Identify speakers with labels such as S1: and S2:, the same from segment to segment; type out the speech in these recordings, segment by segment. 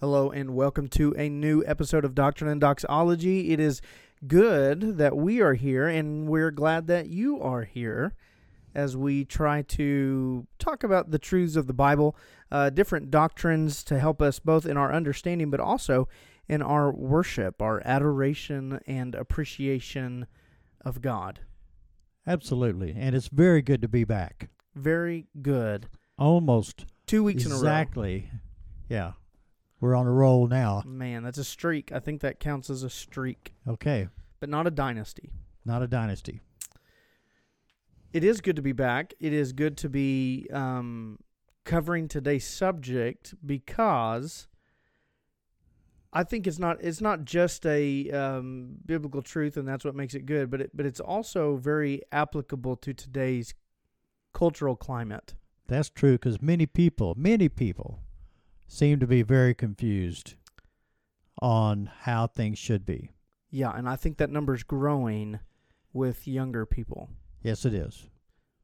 S1: Hello and welcome to a new episode of Doctrine and Doxology. It is good that we are here and we're glad that you are here as we try to talk about the truths of the Bible, uh, different doctrines to help us both in our understanding but also in our worship, our adoration and appreciation of God.
S2: Absolutely. And it's very good to be back.
S1: Very good.
S2: Almost
S1: Two weeks
S2: exactly. Yeah. We're on a roll now.
S1: in a row. Man, that's a streak. I think that counts as a streak,
S2: Okay.
S1: but not a dynasty.
S2: Not a dynasty.
S1: It is good to be back. It is good to be um, covering today's subject because I think it's not it's not just a um, biblical truth, and that's what makes it good. But it, but it's also very applicable to today's cultural climate.
S2: That's true because many people, many people seem to be very confused on how things should be.
S1: Yeah, and I think that number's growing with younger people
S2: Yes, it is.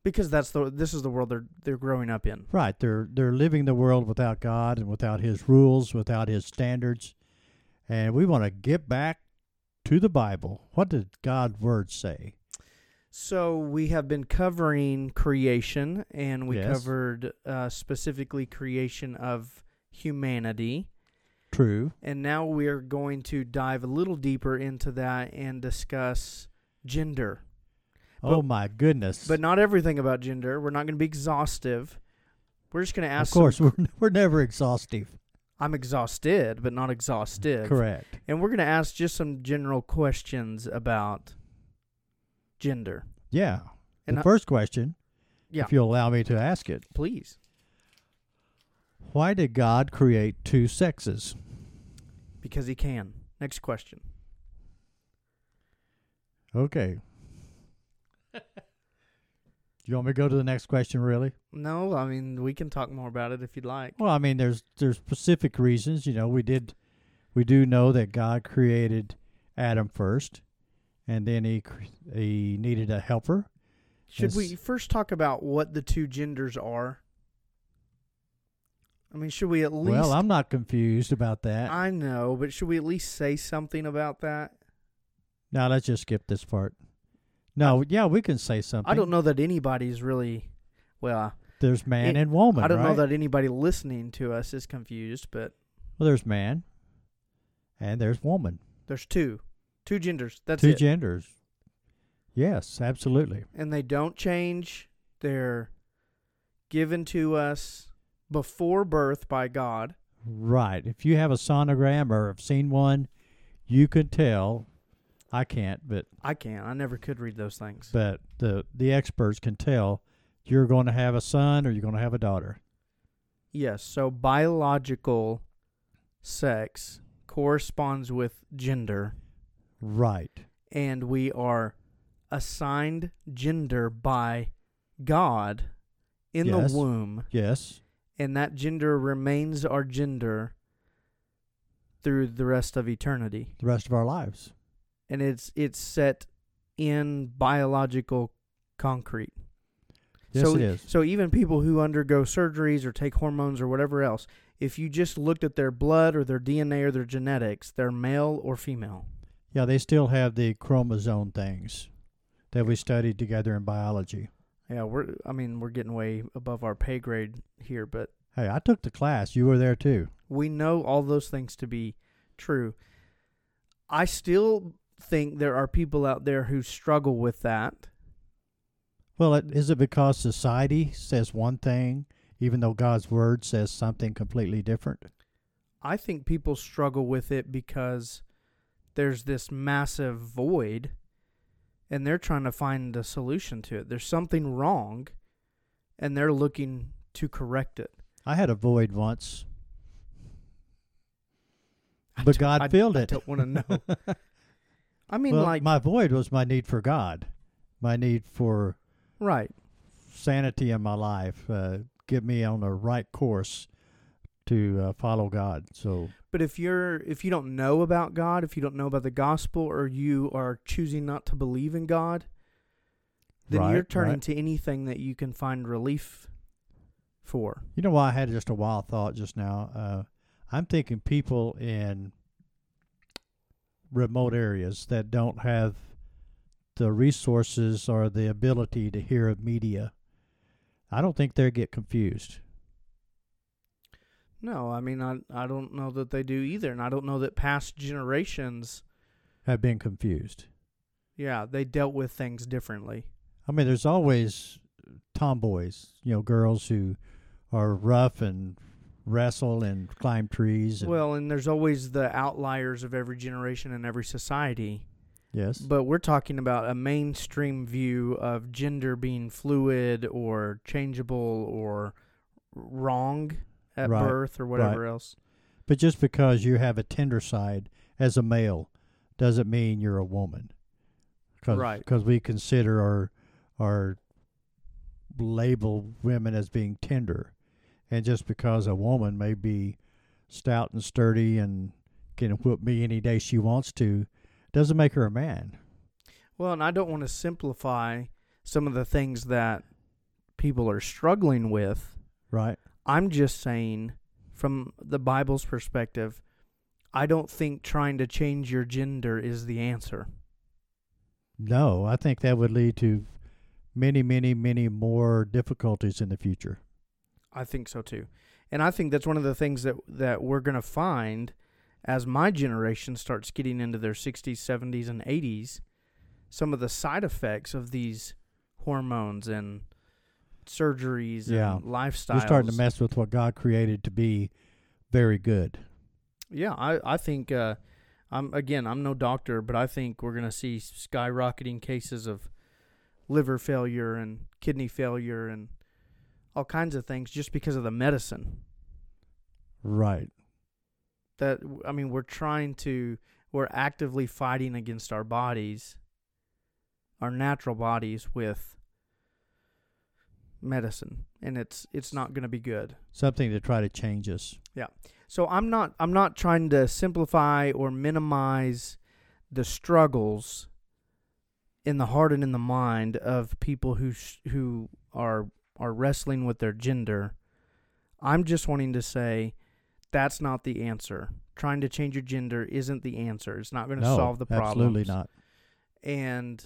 S1: because that's the this is the world they're they're growing up in.
S2: Right. They're they're living the world without God and without his rules, without his standards. And we want to get back to the Bible. What did God's word say?
S1: So we have been covering creation, and we
S2: Yes.
S1: covered uh, specifically creation of humanity,
S2: True.
S1: and now we are going to dive a little deeper into that and discuss gender,
S2: oh my goodness.
S1: but not everything about gender. We're not going to be exhaustive. We're just going to ask.
S2: of course,
S1: some-
S2: we're, we're never exhaustive.
S1: I'm exhausted, but not exhaustive.
S2: Correct.
S1: And we're going to ask just some general questions about gender.
S2: Yeah.
S1: And
S2: the
S1: I-
S2: first question,
S1: Yeah.
S2: if you'll allow me to ask it,
S1: Please.
S2: why did God create two sexes?
S1: Because he can. Next question.
S2: Okay. Do you want me to go to the next question, really?
S1: No, I mean we can talk more about it if you'd like.
S2: Well, I mean, there's there's specific reasons. You know, we did, we do know that God created Adam first, and then he cr- he needed a helper.
S1: Should
S2: Yes.
S1: we first talk about what the two genders are? I mean, should we at least?
S2: Well, I'm not confused about that.
S1: I know, but should we at least say something about that?
S2: now let's just skip this part. No, yeah, we can say something.
S1: I don't know that anybody's really. Well,
S2: There's man
S1: It-
S2: and woman.
S1: I don't know
S2: right?
S1: that anybody listening to us is confused, but
S2: Well, there's man, and there's woman.
S1: there's two, two genders. That's
S2: Two
S1: it,
S2: genders. Yes, absolutely.
S1: and they don't change. They're given to us before birth by God.
S2: Right. If you have a sonogram or have seen one, you could tell. I can't, but
S1: I can't. I never could read those things.
S2: but the the experts can tell you're going to have a son or you're going to have a daughter.
S1: Yes, so biological sex corresponds with gender,
S2: Right.
S1: and we are assigned gender by God in
S2: Yes.
S1: the womb,
S2: Yes.
S1: and that gender remains our gender through the rest of eternity.
S2: The rest of our lives.
S1: And it's it's set in biological concrete.
S2: Yes,
S1: so, e-,
S2: it is.
S1: So even people who undergo surgeries or take hormones or whatever else, if you just looked at their blood or their DNA or their genetics, they're male or female.
S2: Yeah, they still have the chromosome things that we studied together in biology.
S1: Yeah, we're I mean, we're getting way above our pay grade here, but
S2: Hey, I took the class. You were there too.
S1: we know all those things to be true. I still think there are people out there who struggle with that.
S2: Well, it, is it because society says one thing, even though God's word says something completely different?
S1: I think people struggle with it because there's this massive void and they're trying to find a solution to it. There's something wrong and they're looking to correct it.
S2: I had a void once,
S1: I
S2: but
S1: don't-
S2: God
S1: I-
S2: filled it.
S1: I don't want to know. I mean,
S2: well,
S1: like,
S2: my void was my need for God, my need for
S1: right.
S2: sanity in my life, uh, get me on the right course to uh, follow God. So,
S1: But if you're if you don't know about God, if you don't know about the gospel or you are choosing not to believe in God, then
S2: Right,
S1: you're turning
S2: right.
S1: to anything that you can find relief for.
S2: you know why I had just a wild thought just now? Uh, I'm thinking people in remote areas that don't have the resources or the ability to hear media. I don't think they get confused.
S1: No, I mean I I don't know that they do either, and I don't know that past generations,
S2: Have been confused.
S1: yeah, they dealt with things differently.
S2: I mean, there's always tomboys, you know, girls who are rough and wrestle and climb trees. And,
S1: Well, and there's always the outliers of every generation and every society.
S2: yes,
S1: But we're talking about a mainstream view of gender being fluid or changeable or wrong at
S2: Right,
S1: birth or whatever else.
S2: but just because you have a tender side as a male doesn't mean you're a woman, Cause,
S1: Right.
S2: Because we consider or or label women as being tender, and just because a woman may be stout and sturdy and can whoop me any day she wants to, doesn't make her a man.
S1: Well, and I don't want to simplify some of the things that people are struggling with.
S2: Right.
S1: I'm just saying, from the Bible's perspective, I don't think trying to change your gender is the answer.
S2: No, I think that would lead to many, many, many more difficulties in the future.
S1: I think so too. And I think that's one of the things that that we're going to find as my generation starts getting into their 60s, 70s and 80s, some of the side effects of these hormones and surgeries
S2: Yeah.
S1: and lifestyles.
S2: You're starting to mess with what God created to be very good.
S1: Yeah, I I think uh I'm again, I'm no doctor, but I think we're going to see skyrocketing cases of liver failure and kidney failure and all kinds of things just because of the medicine.
S2: Right.
S1: that I mean we're trying to we're actively fighting against our bodies our natural bodies with medicine and it's it's not going to be good.
S2: Something to try to change us.
S1: So I'm not I'm not trying to simplify or minimize the struggles in the heart and in the mind of people who sh- who are are wrestling with their gender. I'm just wanting to say that's not the answer. Trying to change your gender isn't the answer. It's not going to
S2: No,
S1: solve the problem.
S2: absolutely not.
S1: And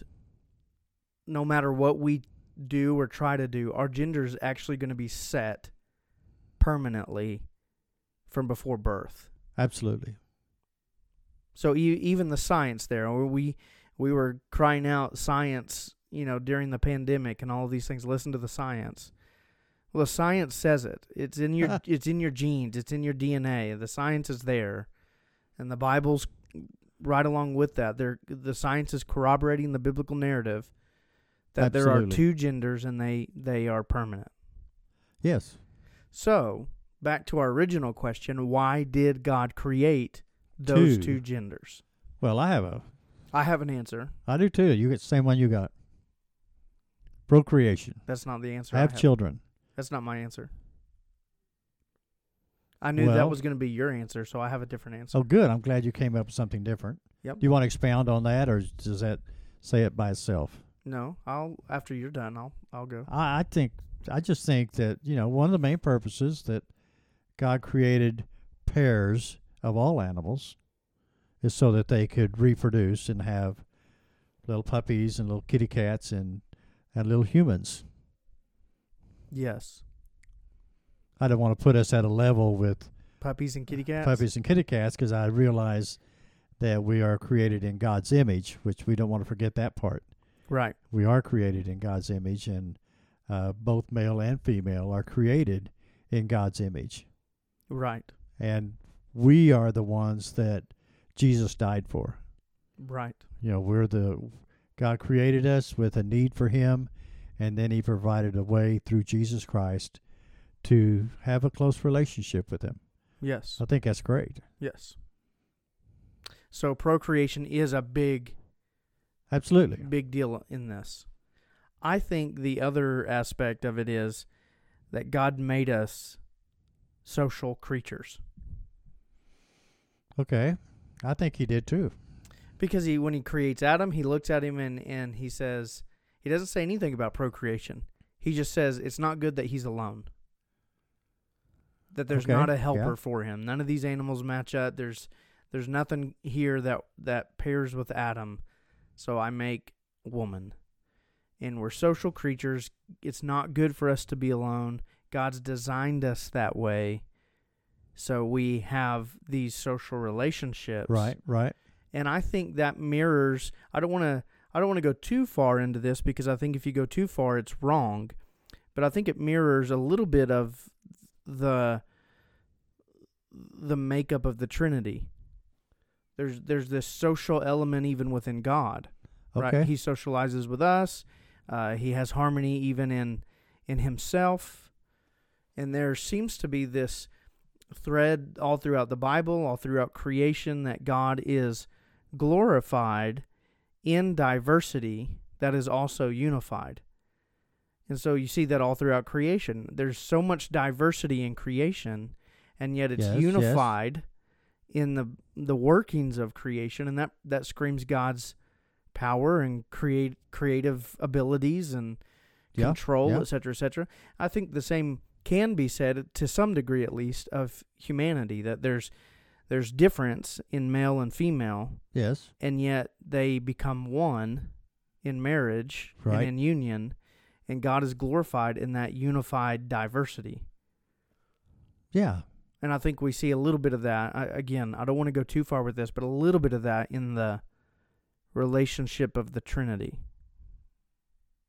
S1: no matter what we do or try to do, our gender is actually going to be set permanently from before birth.
S2: Absolutely.
S1: So e- even the science there, where we we were crying out science, you know, during the pandemic and all of these things. Listen to the science. Well, the science says it. It's in your it's in your genes. It's in your DNA. The science is there, and the Bible's right along with that. There, the science is corroborating the biblical narrative that there are
S2: Absolutely.
S1: two genders and they they are permanent.
S2: Yes.
S1: So back to our original question: Why did God create those
S2: Two.
S1: two genders?
S2: Well, I have a.
S1: I have an answer.
S2: I do too. You get the same one you got. Procreation.
S1: That's not the answer. I
S2: Have
S1: have.
S2: children.
S1: That's not my answer. I knew that
S2: Well-
S1: was going to be your answer, so I have a different answer.
S2: Oh, good. I'm glad you came up with something different.
S1: Yep.
S2: Do you want to expound on that, or does that say it by itself?
S1: No, I'll after you're done, I'll I'll go.
S2: I, I think I just think that you know one of the main purposes that God created pairs of all animals is so that they could reproduce and have little puppies and little kitty cats and and little humans.
S1: Yes,
S2: I don't want to put us at a level with
S1: puppies and kitty cats.
S2: puppies and kitty cats because I realize that we are created in God's image, which we don't want to forget that part.
S1: Right.
S2: we are created in God's image, and uh, both male and female are created in God's image.
S1: Right.
S2: And we are the ones that Jesus died for.
S1: Right.
S2: You know, we're the God created us with a need for Him, and then He provided a way through Jesus Christ to have a close relationship with Him.
S1: Yes.
S2: I think that's great.
S1: Yes. So procreation is a big
S2: Absolutely.
S1: big deal in this. I think the other aspect of it is that God made us social creatures.
S2: Okay. I think He did too.
S1: Because he, when he creates Adam, he looks at him and, and he says, he doesn't say anything about procreation. He just says, it's not good that he's alone. that there's
S2: Okay,
S1: not a
S2: yeah.
S1: helper for him. None of these animals match up. There's there's nothing here that that pairs with Adam. So I make woman. And we're social creatures. It's not good for us to be alone. God's designed us that way. So we have these social relationships
S2: Right, right.
S1: and I think that mirrors. I don't want to. I don't want to go too far into this because I think if you go too far, it's wrong. But I think it mirrors a little bit of the the makeup of the Trinity. There's there's this social element even within God,
S2: Okay.
S1: right? He socializes with us. Uh, he has harmony even in in himself, and there seems to be this thread all throughout the Bible, all throughout creation, that God is glorified in diversity that is also unified. And so you see that all throughout creation. There's so much diversity in creation, and yet it's
S2: Yes, yes.
S1: unified in the the workings of creation, and that that screams God's power and create creative abilities and
S2: Yeah,
S1: control,
S2: yeah.
S1: et cetera, et cetera. I think the same can be said to some degree, at least, of humanity that there's there's difference in male and female,
S2: Yes.
S1: and yet they become one in marriage
S2: Right.
S1: and in union, and God is glorified in that unified diversity.
S2: Yeah.
S1: And I think we see a little bit of that. I, again, I don't want to go too far with this, but a little bit of that in the relationship of the Trinity.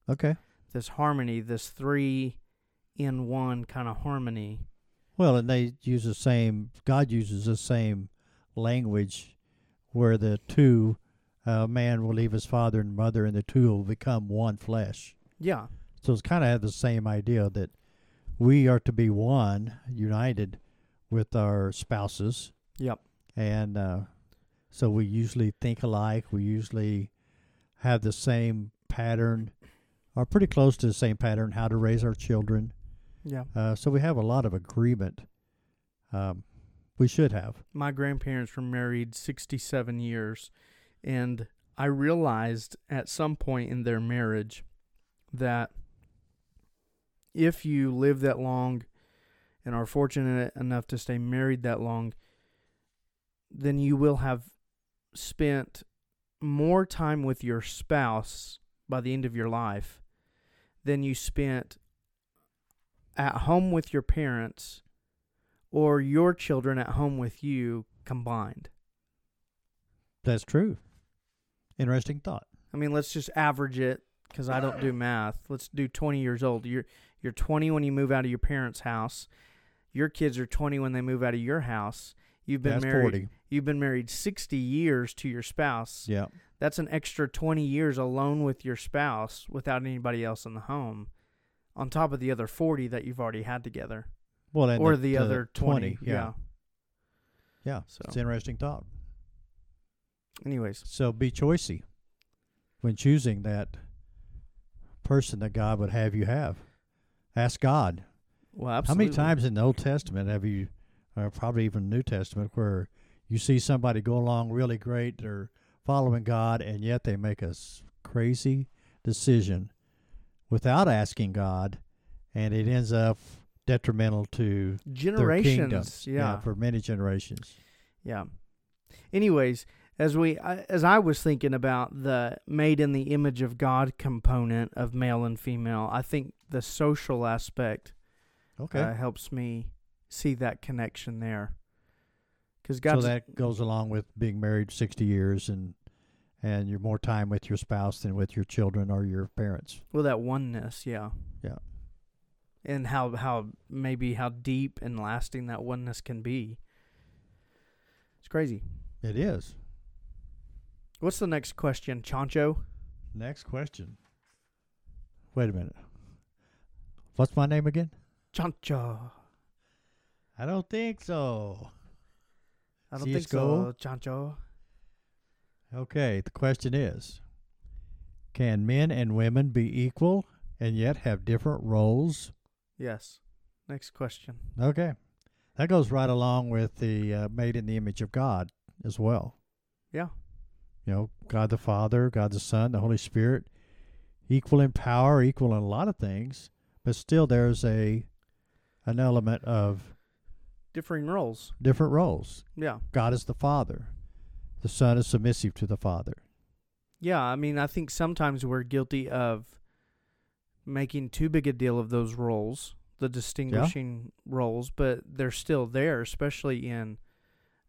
S2: Okay.
S1: This harmony, this three in one kind of harmony.
S2: Well, and they use the same. God uses the same language, where the two, uh, man will leave his father and mother, and the two will become one flesh.
S1: Yeah.
S2: So it's kind of have the same idea that we are to be one, united with our spouses,
S1: Yep.
S2: and uh, so we usually think alike. We usually have the same pattern, or pretty close to the same pattern, how to raise our children.
S1: Yeah.
S2: Uh, so we have a lot of agreement. Um, we should have.
S1: My grandparents were married 67 years, and I realized at some point in their marriage that if you live that long and are fortunate enough to stay married that long, then you will have spent more time with your spouse by the end of your life than you spent at home with your parents or your children at home with you combined.
S2: That's true. Interesting thought.
S1: I mean, let's just average it because I don't do math. Let's do 20 years old. You're you're 20 when you move out of your parents' house. Your kids are 20 when they move out of your house. You've been
S2: That's
S1: married.
S2: forty.
S1: You've been married 60 years to your spouse.
S2: Yeah.
S1: That's an extra 20 years alone with your spouse without anybody else in the home. On top of the other 40 that you've already had together,
S2: Well, and
S1: or the, other 20,
S2: Yeah.
S1: yeah.
S2: Yeah.
S1: So.
S2: It's an interesting thought.
S1: Anyways,
S2: So be choicey when choosing that person that God would have you have. Ask God.
S1: well, absolutely.
S2: How many times in the Old Testament have you, or probably even New Testament, where you see somebody go along really great, they're following God, and yet they make a s- crazy decision without asking God, and it ends up detrimental to their kingdom
S1: generations? yeah.
S2: for many generations.
S1: Yeah. Anyways, as we I- as I was thinking about the made in the image of God component of male and female, I think the social aspect
S2: Okay,
S1: uh, helps me see that connection there. Because
S2: so
S1: God's
S2: that goes along with being married sixty years and. And you're more time with your spouse than with your children or your parents.
S1: well that oneness, yeah,
S2: Yeah.
S1: and how how maybe how deep and lasting that oneness can be. It's crazy.
S2: It is.
S1: What's the next question, Chancho?
S2: Next question. Wait a minute. What's my name again?
S1: Chancho.
S2: I don't think so.
S1: I don't think
S2: CS:GO?
S1: so, Chancho.
S2: Okay, the question is Can men and women be equal and yet have different roles?
S1: Yes. Next question.
S2: Okay. That goes right along with the uh, made in the image of God as well.
S1: Yeah.
S2: You know, God the Father, God the Son, the Holy Spirit, equal in power, equal in a lot of things, but still there's a an element of
S1: differing roles.
S2: different roles.
S1: Yeah.
S2: God is the Father. The Son is submissive to the Father.
S1: Yeah, I mean, I think sometimes we're guilty of making too big a deal of those roles, the distinguishing roles, but they're still there, especially in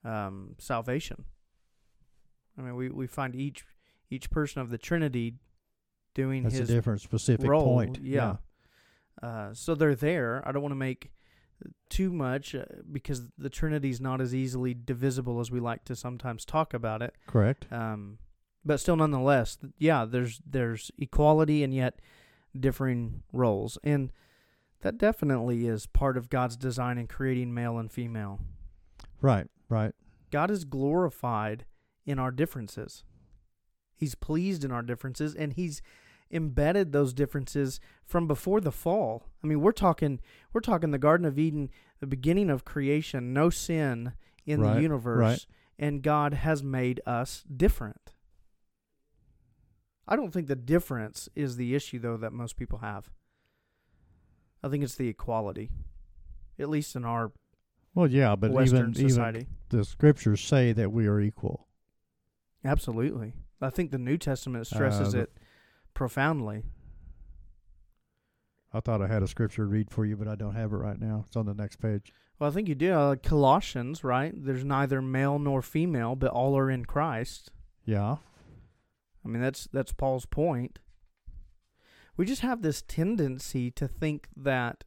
S1: um, salvation. I mean, we, we find each each person of the Trinity doing
S2: That's a
S1: his
S2: different specific
S1: role.
S2: point.
S1: Yeah. Uh, so they're there. I don't want to make too much uh, because the Trinity's not as easily divisible as we like to sometimes talk about it.
S2: Correct.
S1: Um, but still, nonetheless, th- yeah, there's there's equality and yet differing roles, and that definitely is part of God's design in creating male and female.
S2: Right. Right.
S1: God is glorified in our differences. He's pleased in our differences, and He's embedded those differences from before the fall. I mean, we're talking we're talking the Garden of Eden, the beginning of creation, no sin in
S2: Right,
S1: the
S2: right.
S1: universe, and God has made us different. I don't think the difference is the issue though that most people have. I think it's the equality. At least in our
S2: Well, yeah, but
S1: Western
S2: even even
S1: society.
S2: the scriptures say that we are equal.
S1: Absolutely. I think the New Testament stresses
S2: the-
S1: it profoundly.
S2: I thought I had a scripture to read for you, but I don't have it right now. It's on the next page.
S1: Well, I think you do. Uh, Colossians, right? There's neither male nor female, but all are in Christ.
S2: Yeah.
S1: I mean, that's that's Paul's point. We just have this tendency to think that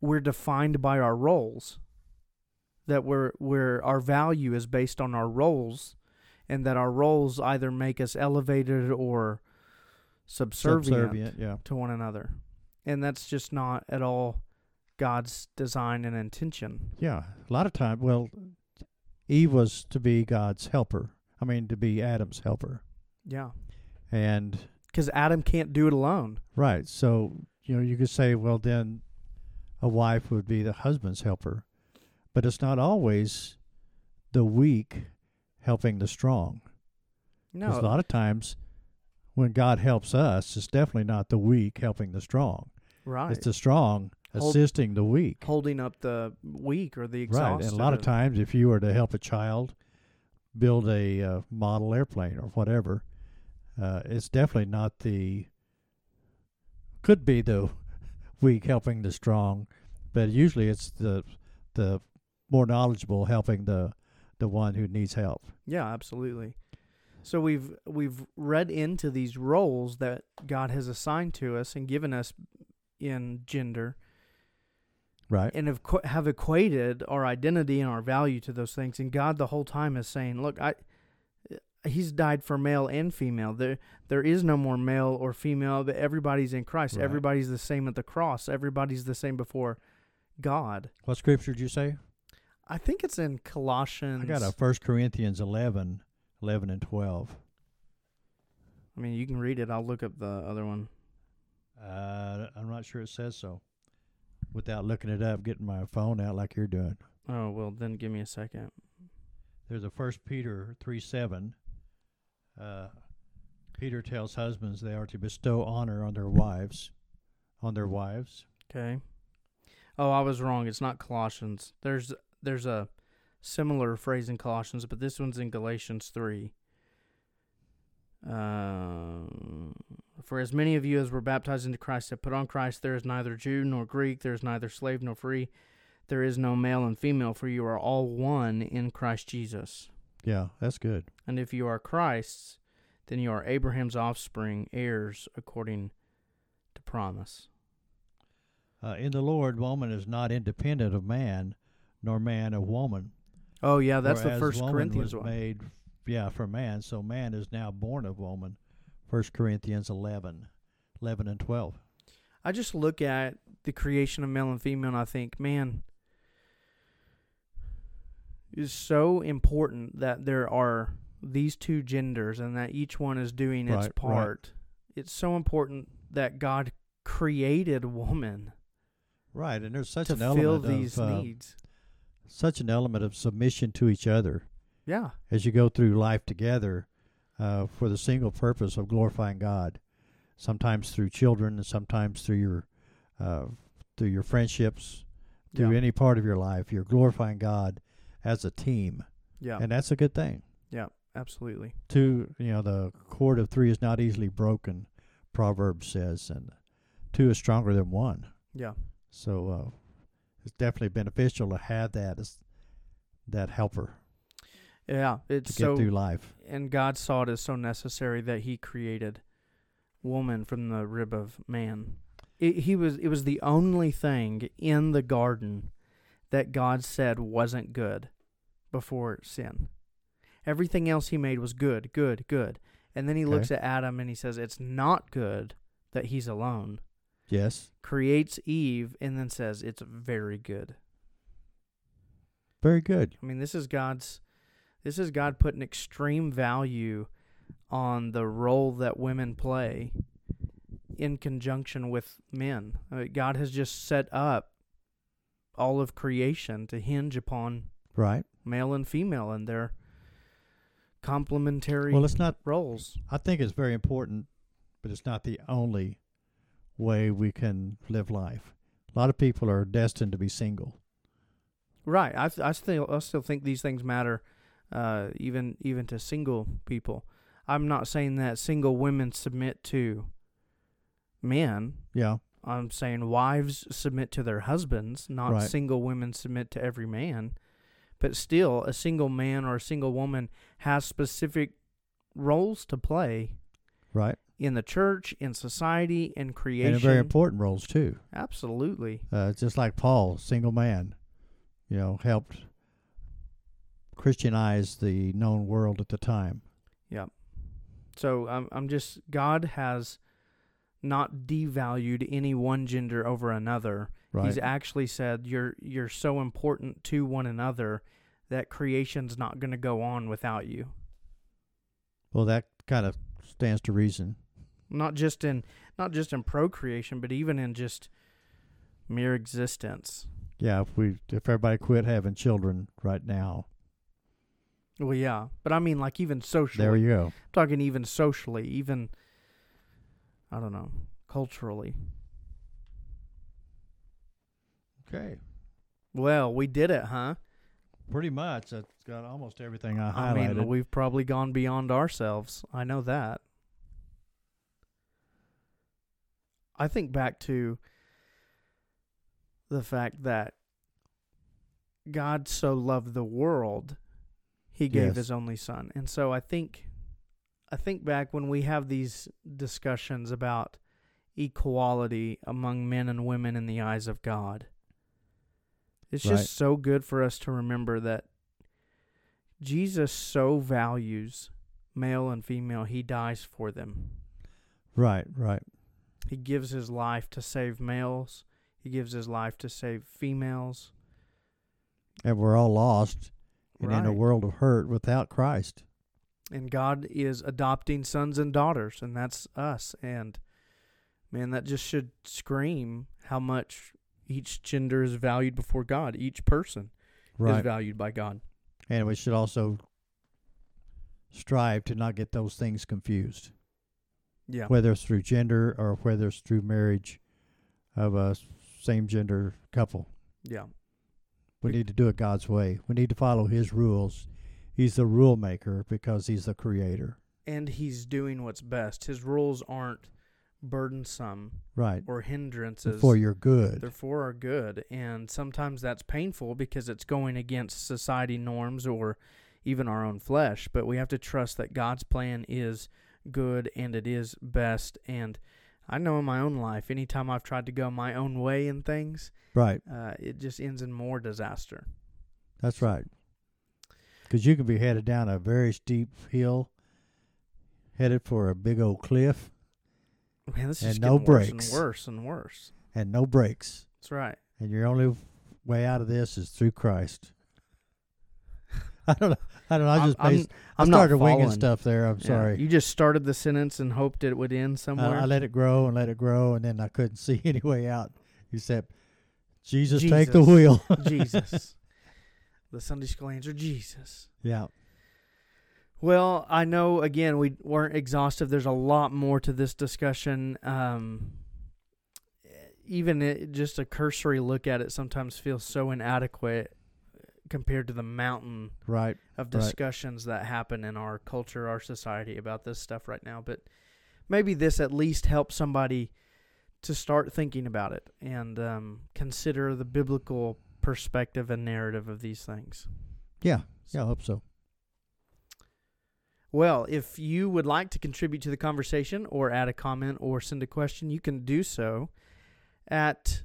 S1: we're defined by our roles, that we're, we're our value is based on our roles, and that our roles either make us elevated or subservient.
S2: Subservient. Yeah.
S1: to one another. And that's just not at all God's design and intention.
S2: Yeah. A lot of time. Well, Eve was to be God's helper. I mean, to be Adam's helper.
S1: Yeah.
S2: And
S1: Because Adam can't do it alone.
S2: Right. So, you know, you could say, well, then a wife would be the husband's helper. But it's not always the weak helping the strong. 'Cause
S1: No.
S2: a lot of times when God helps us, it's definitely not the weak helping the strong,
S1: right.
S2: it's the strong
S1: Hold-
S2: assisting the weak.
S1: Holding up the weak or the
S2: right.
S1: exhausted.
S2: And a lot of
S1: or-
S2: times, if you were to help a child build a uh, model airplane or whatever, uh, it's definitely not the, could be the weak helping the strong, but usually it's the, the more knowledgeable helping the, the one who needs help.
S1: Yeah, absolutely. So we've we've read into these roles that God has assigned to us and given us in gender,
S2: Right.
S1: and have qu- have equated our identity and our value to those things. And God the whole time is saying, "Look, I." He's died for male and female. There, there is no more male or female. That everybody's in Christ.
S2: Right.
S1: Everybody's the same at the cross. Everybody's the same before God.
S2: What scripture did you say?
S1: I think it's in Colossians.
S2: I got a First Corinthians 11, 11 and 12.
S1: I mean, you can read it. I'll look up the other one.
S2: Uh, I'm not sure it says so. Without looking it up, getting my phone out like you're doing.
S1: Oh well, then give me a second.
S2: there's a first peter 3 7 uh, peter tells husbands they are to bestow honor on their wives on their wives
S1: Okay. Oh, I was wrong. It's not Colossians. There's there's a similar phrase in Colossians, but this one's in Galatians three. Um, for as many of you as were baptized into Christ have put on Christ, there is neither Jew nor Greek, there is neither slave nor free, there is no male and female, for you are all one in Christ Jesus.
S2: yeah that's good
S1: And if you are Christ's, then you are Abraham's offspring, heirs according to promise.
S2: uh, in the lord woman is not independent of man nor man of woman
S1: Oh yeah, that's
S2: For
S1: the
S2: as
S1: First
S2: woman
S1: Corinthians
S2: was
S1: one.
S2: made yeah for man so man is now born of woman first corinthians 11 11 and 12
S1: I just look at the creation of male and female and I think, man, it's so important that there are these two genders and that each one is doing
S2: Right,
S1: its
S2: right.
S1: part. It's so important that God created woman
S2: right and there's such
S1: to
S2: an
S1: fill
S2: element
S1: these
S2: of uh,
S1: needs.
S2: such an element of submission to each other
S1: Yeah.
S2: as you go through life together uh, for the single purpose of glorifying God. Sometimes through children, and sometimes through your uh, through your friendships, through
S1: Yeah.
S2: any part of your life, you're glorifying God as a team,
S1: Yeah.
S2: and that's a good thing.
S1: yeah. Absolutely.
S2: Two, you know, the cord of three is not easily broken. Proverbs says, and two is stronger than one.
S1: Yeah.
S2: So uh, it's definitely beneficial to have that as that helper
S1: Yeah.
S2: to
S1: It's
S2: get
S1: so
S2: through life.
S1: and God saw it as so necessary that He created woman from the rib of man. It, he was it was the only thing in the garden that God said wasn't good before sin. Everything else He made was good, good, good, and then He
S2: Okay.
S1: looks at Adam and He says, "It's not good that he's alone."
S2: Yes,
S1: Creates Eve and then says, "It's very good."
S2: very good.
S1: I mean, this is God's. This is God putting extreme value on the role that women play in conjunction with men. I mean, God has just set up all of creation to hinge upon
S2: Right.
S1: male and female and their complementary
S2: Well, it's not.
S1: roles.
S2: I think it's very important, but it's not the only way we can live life. A lot of people are destined to be single.
S1: Right. I, th- I still I still think these things matter, uh, even even to single people. I'm not saying that single women submit to men.
S2: Yeah.
S1: I'm saying wives submit to their husbands, not
S2: Right.
S1: single women submit to every man. But still, a single man or a single woman has specific roles to play
S2: Right.
S1: in the church, in society, in creation.
S2: And very important roles too.
S1: Absolutely.
S2: Uh, just like Paul, single man, you know, helped Christianize the known world at the time.
S1: So I'm, I'm just, God has not devalued any one gender over another.
S2: Right.
S1: He's actually said, you're, you're so important to one another that creation's not going to go on without you.
S2: well, that kind of stands to reason.
S1: not just in not just in procreation but even in just mere existence
S2: Yeah. If we, if everybody quit having children right now,
S1: well yeah but i mean like even socially
S2: there you go.
S1: I'm talking even socially even i don't know culturally
S2: Okay.
S1: well we did it huh
S2: Pretty much. That's got almost everything I
S1: i
S2: highlighted.
S1: mean we've probably gone beyond ourselves i know that i think back to the fact that god so loved the world he gave
S2: Yes.
S1: his only son and so i think i think back when we have these discussions about equality among men and women in the eyes of god it's
S2: Right.
S1: just so good for us to remember that jesus so values male and female he dies for them
S2: right. Right.
S1: he gives his life to save males he gives his life to save females
S2: And we're all lost and in a
S1: Right.
S2: world of hurt without Christ.
S1: and God is adopting sons and daughters, and that's us. And man, that just should scream how much each gender is valued before God. Each person is
S2: Right.
S1: valued by God.
S2: And we should also strive to not get those things confused,
S1: Yeah,
S2: whether it's through gender or whether it's through marriage of a same gender couple.
S1: yeah,
S2: We
S1: Be-
S2: need to do it God's way. We need to follow His rules. He's the rule maker because He's the creator.
S1: and He's doing what's best. His rules aren't burdensome
S2: Right.
S1: or hindrances.
S2: For your good.
S1: They're for our good, and sometimes that's painful because it's going against society norms or even our own flesh. But we have to trust that God's plan is good and it is best. And I know in my own life, anytime I've tried to go my own way in things,
S2: Right.
S1: uh, it just ends in more disaster.
S2: That's right. Because you could be headed down a very steep hill, headed for a big old cliff,
S1: Man, this is
S2: And no
S1: getting worse and
S2: breaks.
S1: worse and worse.
S2: and no brakes.
S1: That's right.
S2: and your only way out of this is through Christ. I don't know. I don't know. I
S1: I'm-
S2: just
S1: I'm-
S2: based, I
S1: I'm not
S2: started winging
S1: following.
S2: stuff there. I'm
S1: Yeah.
S2: sorry. Uh,
S1: You just started the sentence and hoped it would end
S2: I,
S1: somewhere.
S2: I let it grow and let it grow, and then I couldn't see any way out except Jesus, take the
S1: Jesus.
S2: wheel.
S1: Jesus. The Sunday school answer, Jesus.
S2: yeah.
S1: Well, I know again we weren't exhaustive. There's a lot more to this discussion. Um, even it, just a cursory look at it sometimes feels so inadequate compared to the mountain
S2: Right.
S1: of
S2: Right.
S1: discussions that happen in our culture, our society about this stuff right now. But maybe this at least helps somebody to start thinking about it and um, consider the biblical perspective and narrative of these things.
S2: Yeah. Yeah, I hope so.
S1: Well, if you would like to contribute to the conversation or add a comment or send a question, you can do so at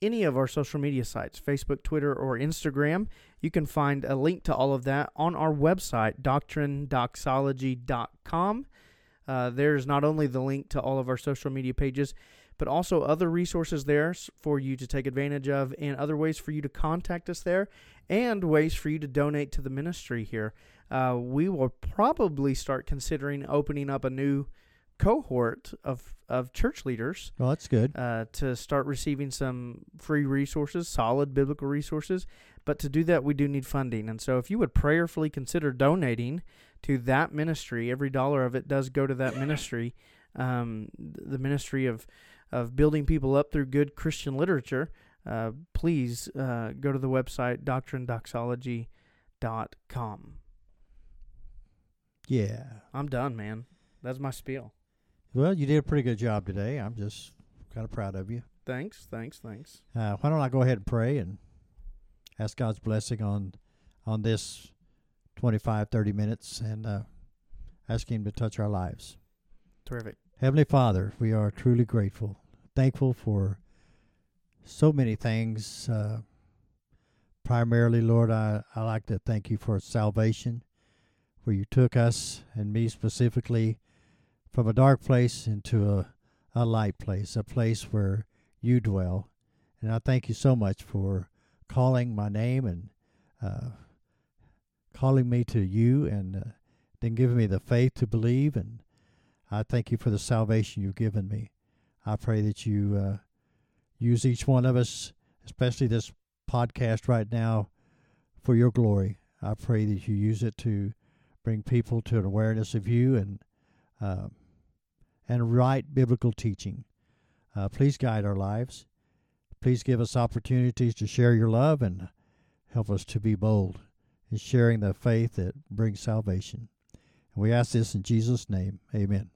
S1: any of our social media sites Facebook, Twitter, or Instagram. You can find a link to all of that on our website, doctrinedoxology.com. Uh, there's not only the link to all of our social media pages, but also other resources there s- for you to take advantage of and other ways for you to contact us there and ways for you to donate to the ministry here. Uh, we will probably start considering opening up a new cohort of, of church leaders
S2: Well, that's good.
S1: uh, to start receiving some free resources, solid biblical resources. But to do that, we do need funding. And so, if you would prayerfully consider donating to that ministry, every dollar of it does go to that ministry, um, th- the ministry of, of building people up through good Christian literature. Uh, please uh, go to the website doctrinedoxology.com.
S2: Yeah.
S1: I'm done, man. That's my spiel.
S2: Well, you did a pretty good job today. I'm just kind of proud of you.
S1: Thanks, thanks, thanks.
S2: Uh, why don't I go ahead and pray and ask God's blessing on on this 25, 30 minutes and uh, ask Him to touch our lives.
S1: Terrific.
S2: Heavenly Father, we are truly grateful, thankful for so many things. Uh, primarily, Lord, I, I like to thank you for salvation, where you took us and me specifically from a dark place into a, a light place, a place where you dwell. And I thank you so much for calling my name and uh, calling me to you and uh, then giving me the faith to believe and I thank you for the salvation you've given me. I pray that you uh, use each one of us, especially this podcast right now, for your glory. I pray that you use it to bring people to an awareness of you and um, and right biblical teaching. Uh, please guide our lives. Please give us opportunities to share your love and help us to be bold in sharing the faith that brings salvation. And we ask this in Jesus' name. Amen.